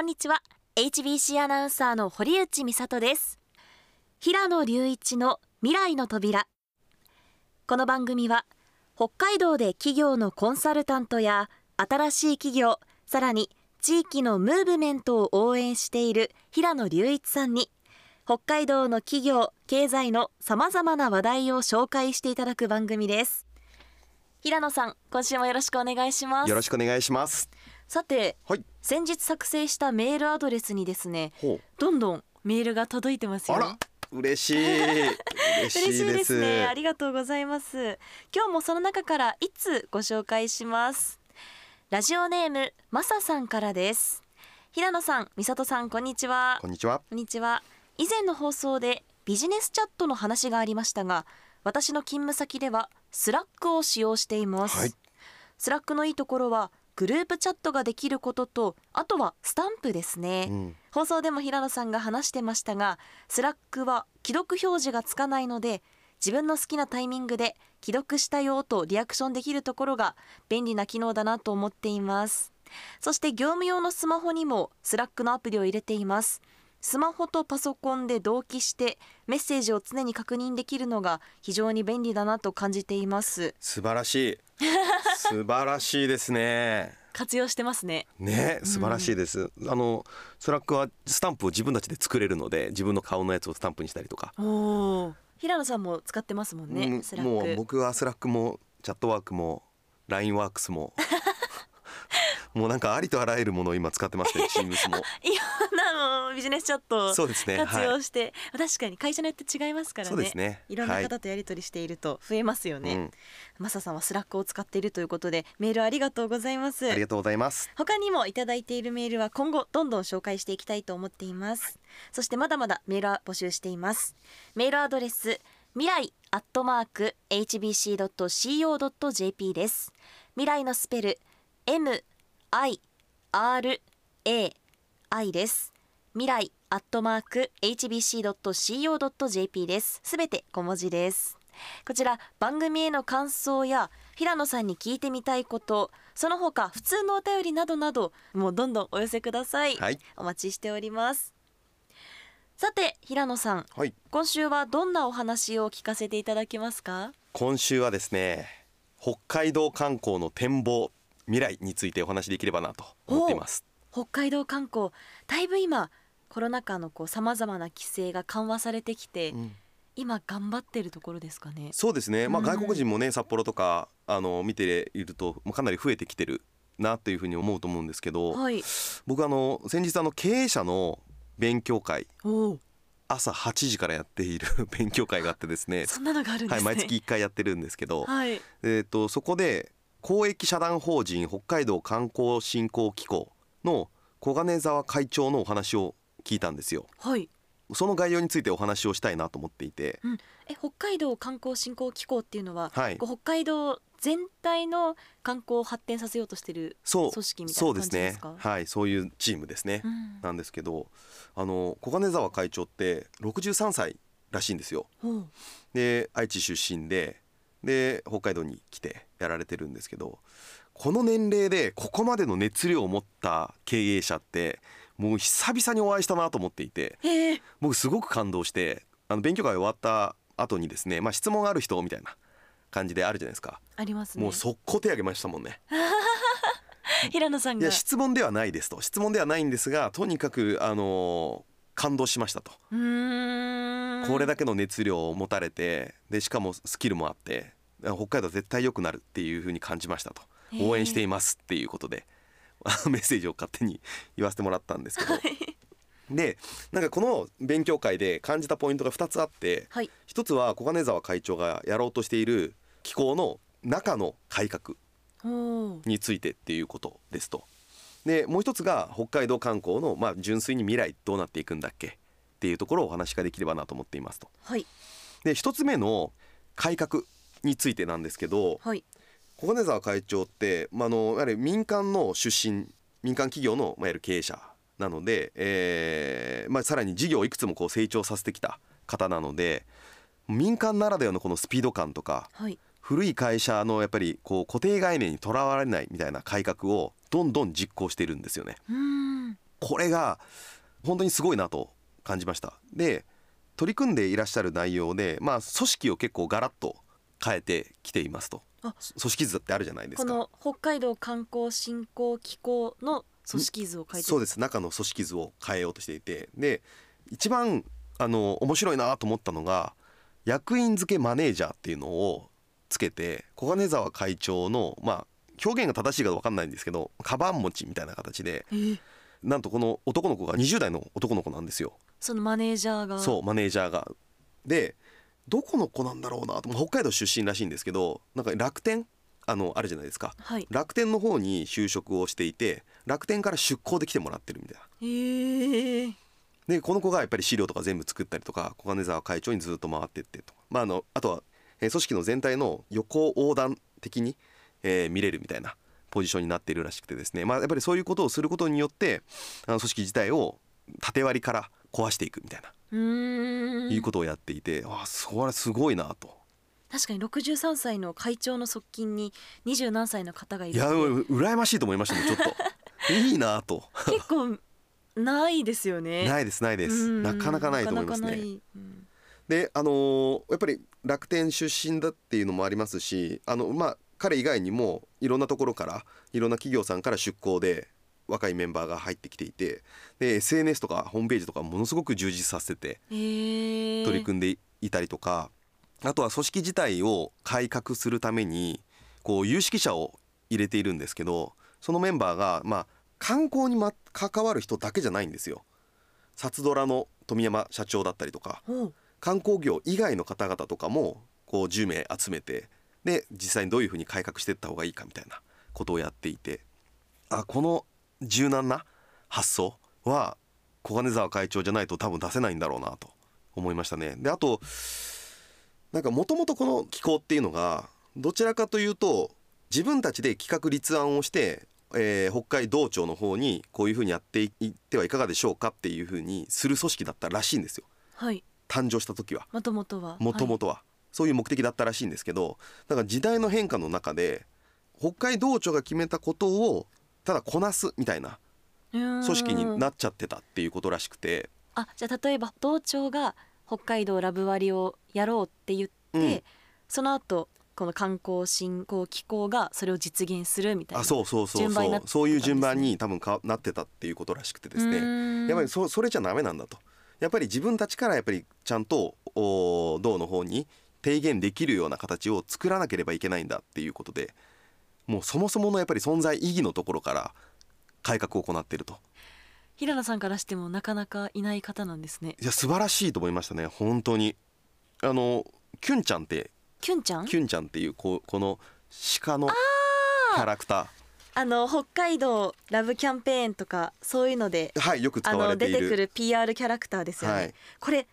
んにちは HBC アナウンサーの堀内美里です平野隆一の未来の扉この番組は北海道で企業のコンサルタントや新しい企業さらに地域のムーブメントを応援している平野隆一さんに北海道の企業経済のさまざまな話題を紹介していただく番組です平野さん今週もよろしくお願いしますよろしくお願いします。さてはい。先日作成したメールアドレスにですねほう。どんどんメールが届いてますよあら、嬉しい。嬉し い嬉しです。いですねありがとうございます今日もその中からいつご紹介しますラジオネームまささんからです平野さん、美里さんこんにちはこんにちは。こんにちは以前の放送でビジネスチャットの話がありましたが私の勤務先ではスラックを使用しています、はいスラックのいいところはグループチャットができることとあとはスタンプですね、うん。放送でも平野さんが話してましたがスラックは既読表示がつかないので自分の好きなタイミングで既読したよとリアクションできるところが便利な機能だなと思っていますそして業務用のスマホにもスラックのアプリを入れていますスマホとパソコンで同期してメッセージを常に確認できるのが非常に便利だなと感じています素晴らしい。素晴らしいですね。活用してますねね、素晴らしいです。あのスラックはスタンプを自分たちで作れるので、自分の顔のやつをスタンプにしたりとか。おー平野さんも使ってますもんね、うんスラックもう僕はスラックもチャットワークもラインワークス も。もうなんかありとあらゆるものを今使ってますね。 チームスも。いろんなあのビジネスチャットをそうですね。活は用い。して、確かに会社によって違いますからねそうですね。いろんな方とやり取りしていると増えますよはいね、うまん。マサさんはスラックを使っているということでメールありがとうございますありがとうございます。他にもいただいているメールは今後どんどん紹介していきたいと思っています、そしてまだまだメールは募集していますメールアドレス未来アットマーク hbc.co.jp です未来のスペル m i r a i です未来アットマーク hbc.co.jp ですすべて小文字ですこちら番組への感想や平野さんに聞いてみたいことその他普通のお便りなどなどもうどんどんお寄せください、はい。お待ちしておりますさて平野さんはい。今週はどんなお話を聞かせていただけますか今週はですね北海道観光の展望未来についてお話しできればなと思っています北海道観光だいぶ今コロナ禍のこう様々な規制が緩和されてきて、うん今頑張ってるところですかねそうですね、まあ、うん外国人もね札幌とかあの見ているともうかなり増えてきてるなというふうに思うと思うんですけど、はい僕あの先日あの経営者の勉強会おお朝8時からやっている 勉強会があってですねそんなのがあるんではすい、ね毎月1回やってるんですけど、はいえー、とそこで公益社団法人北海道観光振興機構の小金沢会長のお話を聞いたんですよ。はいその概要についてお話をしたいなと思っていて、え北海道観光振興機構っていうのは、はいこう北海道全体の観光を発展させようとしてるそう組織みたいそうな感じですでねすかはいそういうチームですね、うんなんですけどあの小金沢会長って63歳らしいんですよおうで愛知出身でで北海道に来てやられてるんですけどこの年齢でここまでの熱量を持った経営者ってもう久々にお会いしたなと思っていてへえ僕すごく感動してあの勉強会終わった後にですね、まあ、質問ある人みたいな感じであるじゃないですかありますねもう速攻手挙げましたもんね。平野さんいがや質問ではないですと質問ではないんですがとにかくあのー感動しましたと、うーんこれだけの熱量を持たれてでしかもスキルもあって北海道絶対良くなるっていうふうに感じましたとへー応援していますっていうことでメッセージを勝手に言わせてもらったんですけど、でなんかこの勉強会で感じたポイントが2つあってはい1つは小金沢会長がやろうとしている機構の中の改革おおについてっていうことですと。でもう一つが北海道観光の、まあ、純粋に未来どうなっていくんだっけっていうところをお話ができればなと思っていますと。はいで一つ目の改革についてなんですけどはい小金沢会長って、まあ、あのやはり民間の出身民間企業の、まあ、いわゆる経営者なので、えーまあ、さらに事業をいくつもこう成長させてきた方なので民間ならではのこのスピード感とかはい古い会社のやっぱりこう固定概念にとらわれないみたいな改革をどんどん実行しているんですよね。うーんこれが本当にすごいなと感じましたで取り組んでいらっしゃる内容で、まあ、組織を結構ガラッと変えてきていますと組あ織図ってあるじゃないですこかの北海道観光振興機構の組織図を書いてそうです中の組織図を変えようとしていてで一番あの面白いなと思ったのが役員付けマネージャーっていうのをつけて小金沢会長のまあ表現が正しいか分かんないんですけどカバン持ちみたいな形でえーなんとこの男の子が20代の男の子なんですよそのマネージャーがそうマネージャーが。でどこの子なんだろうなとまあ北海道出身らしいんですけどなんか楽天あのあるじゃないですかはい楽天の方に就職をしていて楽天から出向で来てもらってるみたいなえー、でこの子がやっぱり資料とか全部作ったりとか小金沢会長にずっと回ってってとか、まあ、あのあとは、えー組織の全体の横横断的に、えー見れるみたいなポジションになっているらしくてですね、まあ、やっぱりそういうことをすることによってあの組織自体を縦割りから壊していくみたいな、うーんいうことをやっていてああそれすごいなと。確かに63歳の会長の側近に二十何歳の方がいいるっやてう羨ましいと思いましたねちょ っといいなと結構ないですよねないいですないですなかなかないと思いますねなかなかないうんであのーやっぱり楽天出身だっていうのもありますしあのまあ彼以外にもいろんなところからいろんな企業さんから出向で若いメンバーが入ってきていてで SNS とかホームページとかものすごく充実させてえー、取り組んでいたりとか、あとは組織自体を改革するためにこう有識者を入れているんですけどそのメンバーが、まあ、観光に、ま、関わる人だけじゃないんですよ。札ドラの富山社長だったりとかおう観光業以外の方々とかもこう10名集めてで実際にどういうふうに改革していった方がいいかみたいなことをやっていてあこの柔軟な発想は小金沢会長じゃないと多分出せないんだろうなと思いましたね。であとなんかもともとこの機構っていうのがどちらかというと自分たちで企画立案をして、えー北海道庁の方にこういうふうにやっていってはいかがでしょうかっていうふうにする組織だったらしいんですよはい誕生した時は。もともとはもともととは、そういう目的だったらしいんですけどだから時代の変化の中で北海道庁が決めたことをただこなすみたいな組組織になっちゃってたっていうことらしくて、あじゃあ例えば道庁が北海道ラブ割をやろうって言って、うんその後この観光振興機構がそれを実現するみたいなあそうそうそう順番にそなっうてたんですねそういう順番に多分かなってたっていうことらしくてですうねーんやっぱりそそれじゃダメなんだとやっぱり自分たちからやっぱりちゃんとお道の方に提言できるような形を作らなければいけないんだっていうことでもうそもそものやっぱり存在意義のところから改革を行っていると平野さんからしてもなかなかいない方なんですねいや素晴らしいと思いましたね本当にあのキュンちゃんってキュンちゃんキュンちゃんっていうここの鹿のキャラクタあの北海道ラブキャンペーンとかそういうのでーはいよくあ使わのれて出いてるくる PR キャラクターですよね、はいこれ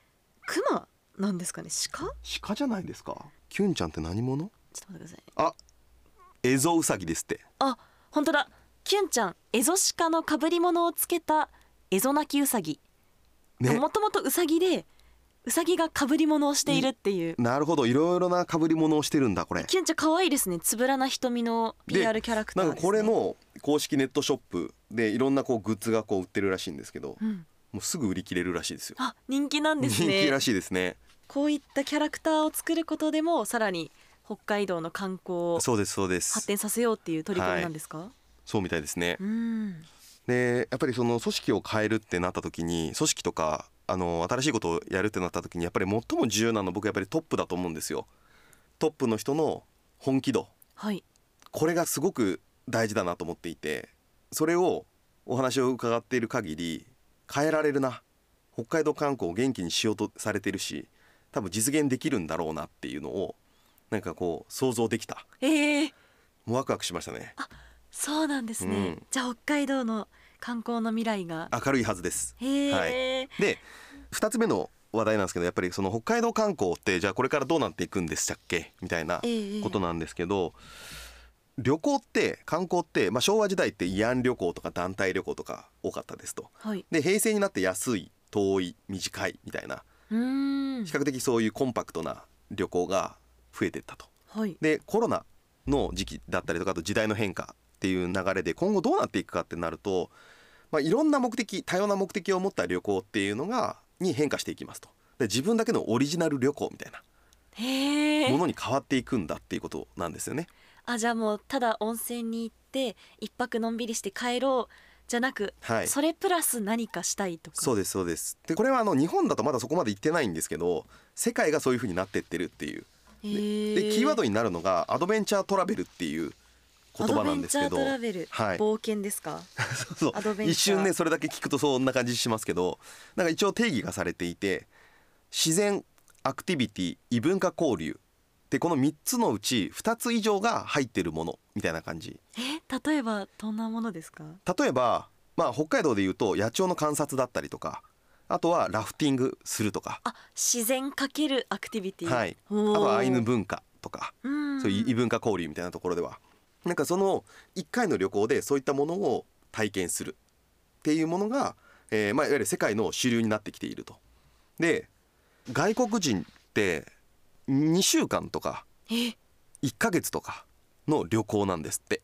クマなんですかね鹿ちょっ鹿じゃないですかキュンちゃんって何者と待ってくださいあエゾウサギですってあ本当だキュンちゃんエゾシカの被り物をつけたエゾナキウサギねもともとウサギでウサギが被り物をしているっていう、なるほどいろいろな被り物をしてるんだこれキュンちゃん可愛いですねつぶらな瞳の PR キャラクタなーんです、かね、これの公式ネットショップでいろんなこうグッズがこう売ってるらしいんですけどうん、もうすぐ売り切れるらしいですよあ人気なんです人気ねらしいですねこういったキャラクターを作ることでもさらに北海道の観光をそうですそうです発展させようっていう取り組みなんですか、そうみたいですねうんでやっぱりその組織を変えるってなった時に組織とかあの新しいことをやるってなった時にやっぱり最も重要なのは僕やっぱりトップだと思うんですよ。トップの人の本気度はいこれがすごく大事だなと思っていてそれをお話を伺っている限り変えられるな北海道観光を元気にしようとされてるし多分実現できるんだろうなっていうのをなんかこう想像できたえー、もうワクワクしましたねそうなんですね、うんじゃあ北海道の観光の未来が明るいはずですへえ、で2つ目の話題なんですけどやっぱりその北海道観光ってじゃあこれからどうなっていくんでしたっけみたいなええことなんですけど、旅行って観光って、まあ、昭和時代って慰安旅行とか団体旅行とか多かったですと。はいで平成になって安い遠い短いみたいなうーん比較的そういうコンパクトな旅行が増えてったと。はいでコロナの時期だったりとかあと時代の変化っていう流れで今後どうなっていくかってなるとまあ、いろんな目的多様な目的を持った旅行っていうのがに変化していきますとで自分だけのオリジナル旅行みたいなへえものに変わっていくんだっていうことなんですよ ね。あじゃあもうただ温泉に行って一泊のんびりして帰ろうじゃなく、はいそれプラス何かしたいとかそうですそうですでこれはあの日本だとまだそこまで行ってないんですけど世界がそういうふうになってってるっていうへでえでキーワードになるのがアドベンチャートラベルっていう言葉なんですけどアドベンチャートラベル、はい、冒険ですかそうアドベンチャー一瞬ねそれだけ聞くとそんな感じしますけどなんか一応定義がされていて自然アクティビティ異文化交流でこの3つのうち2つ以上が入ってるものみたいな感じえ例えばどんなものですか例えば、まあ、北海道でいうと野鳥の観察だったりとかあとはラフティングするとか、あ自然かけるアクティビティはい、あおーとはアイヌ文化とかうんそういう異文化交流みたいなところではなんかその1回の旅行でそういったものを体験するっていうものが、えーまあ、いわゆる世界の主流になってきていると。で外国人って2週間とかえ1ヶ月とかの旅行なんですって、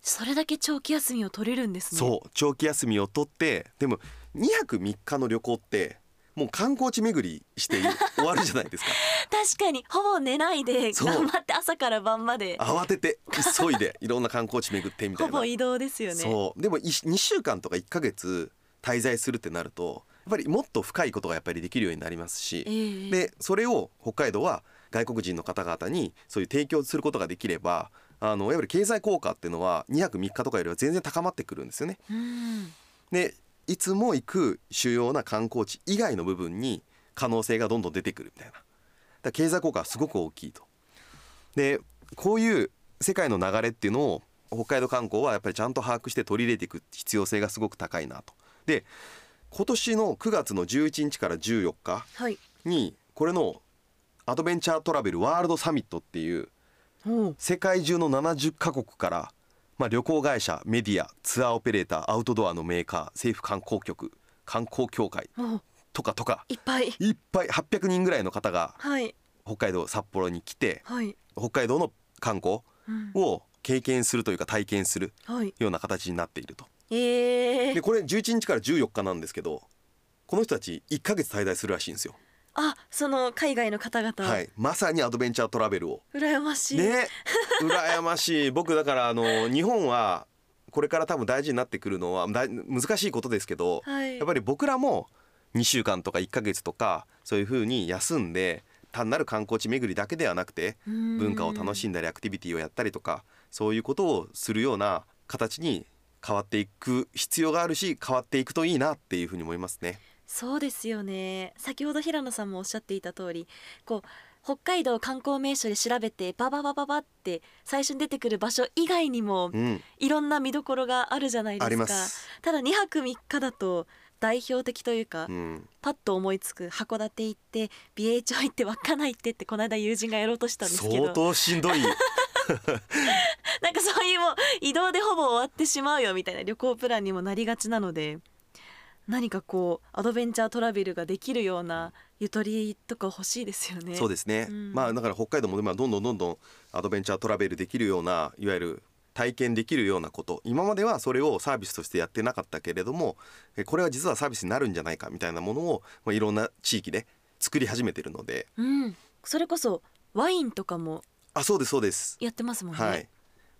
それだけ長期休みを取れるんですねそう長期休みを取ってでも2泊3日の旅行ってもう観光地巡りして終わるじゃないで すか確かにほぼ寝ないでそう頑張って朝から晩まで慌てて急いでいろんな観光地巡ってみたいほなぼ移動ですよねそうでも2週間とか1ヶ月滞在するってなるとやっぱりもっと深いことがやっぱりできるようになりますえし、えでそれを北海道は外国人の方々にそういう提供することができればあのいわゆる経済効果っていうのは2泊3日とかよりは全然高まってくるんですよね。うんでいつも行く主要な観光地以外の部分に可能性がどんどん出てくるみたいなだから経済効果はすごく大きいと。でこういう世界の流れっていうのを北海道観光はやっぱりちゃんと把握して取り入れていく必要性がすごく高いなと。で今年の9月の11日から14日はいにこれのアドベンチャートラベルワールドサミットっていうおう世界中の70カ国から、まあ、旅行会社メディアツアーオペレーターアウトドアのメーカー政府観光局観光協会おうとかとかいっぱいいっぱい800人ぐらいの方がはい北海道札幌に来てはい、北海道の観光うん、を経験するというか体験するはいような形になっているとええでこれ11日から14日なんですけどこの人たち1ヶ月滞在するらしいんですよ、あその海外の方々、はい、まさにアドベンチャートラベルを羨ましい、ね羨ましい僕だから あの日本はこれから多分大事になってくるのはだ難しいことですけど、はいやっぱり僕らも2週間とか1ヶ月とかそういうふうに休んで単なる観光地巡りだけではなくてうん文化を楽しんだりアクティビティをやったりとかそういうことをするような形に変わっていく必要があるし変わっていくといいなっていうふうに思いますね。そうですよね先ほど平野さんもおっしゃっていた通りこう北海道観光名所で調べてバババババって最初に出てくる場所以外にもうん、いろんな見どころがあるじゃないですかあります。ただ2泊3日だと代表的というか、うんパッと思いつく函館行って美瑛町行って稚内行ってってこの間友人がやろうとしたんですけど相当しんど いなんかそういうもう移動でほぼ終わってしまうよみたいな旅行プランにもなりがちなので何かこうアドベンチャートラベルができるようなゆとりとか欲しいですよね。そうですね、うんまあだから北海道も今どんどんどんどんアドベンチャートラベルできるようないわゆる体験できるようなこと今まではそれをサービスとしてやってなかったけれどもえこれは実はサービスになるんじゃないかみたいなものを、まあ、いろんな地域で作り始めてるのでうん、それこそワインとかもあそうですそうです、やってますもんね。はい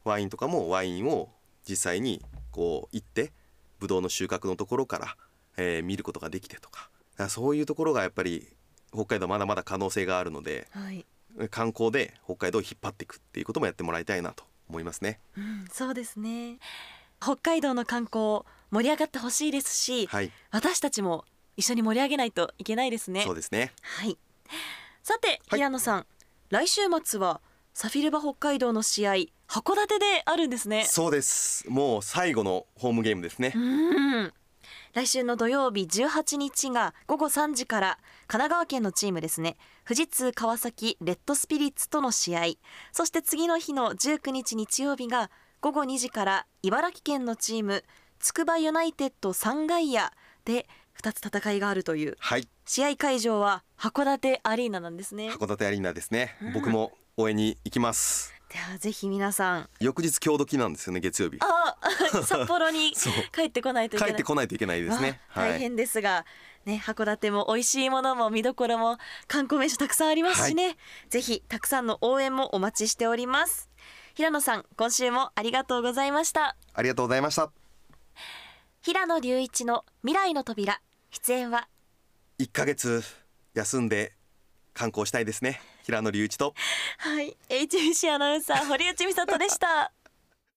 ワインとかもワインを実際にこう行ってブドウの収穫のところから、えー見ることができてとかだからそういうところがやっぱり北海道まだまだ可能性があるのではい観光で北海道を引っ張っていくっていうこともやってもらいたいなと思いますね。うんそうですね北海道の観光盛り上がってほしいですし、はい、私たちも一緒に盛り上げないといけないですね。そうですね。はい。さて、はい平野さん、来週末はサフィルバ北海道の試合、函館であるんですね。そうです。もう最後のホームゲームですねう。ん。来週の土曜日18日が午後3時から神奈川県のチームですね富士通川崎レッドスピリッツとの試合そして次の日の19日日曜日が午後2時から茨城県のチームつくばユナイテッドサンガイアで2つ戦いがあるというはい、試合会場は函館アリーナなんですね函館アリーナですね。僕も応援に行きます。ではぜひ皆さん翌日強時なんですよね月曜日あ 札幌にそう帰ってこないといけな帰いってこないといけないですねまあはい大変ですが、ね、函館も美味しいものも見どころも観光名所たくさんありますしね、ぜひたくさんの応援もお待ちしております平野さん今週もありがとうございましたありがとうございました平野隆一の未来の扉出演は1ヶ月休んで観光したいですね平野隆一とはい HBC アナウンサー堀内美里でした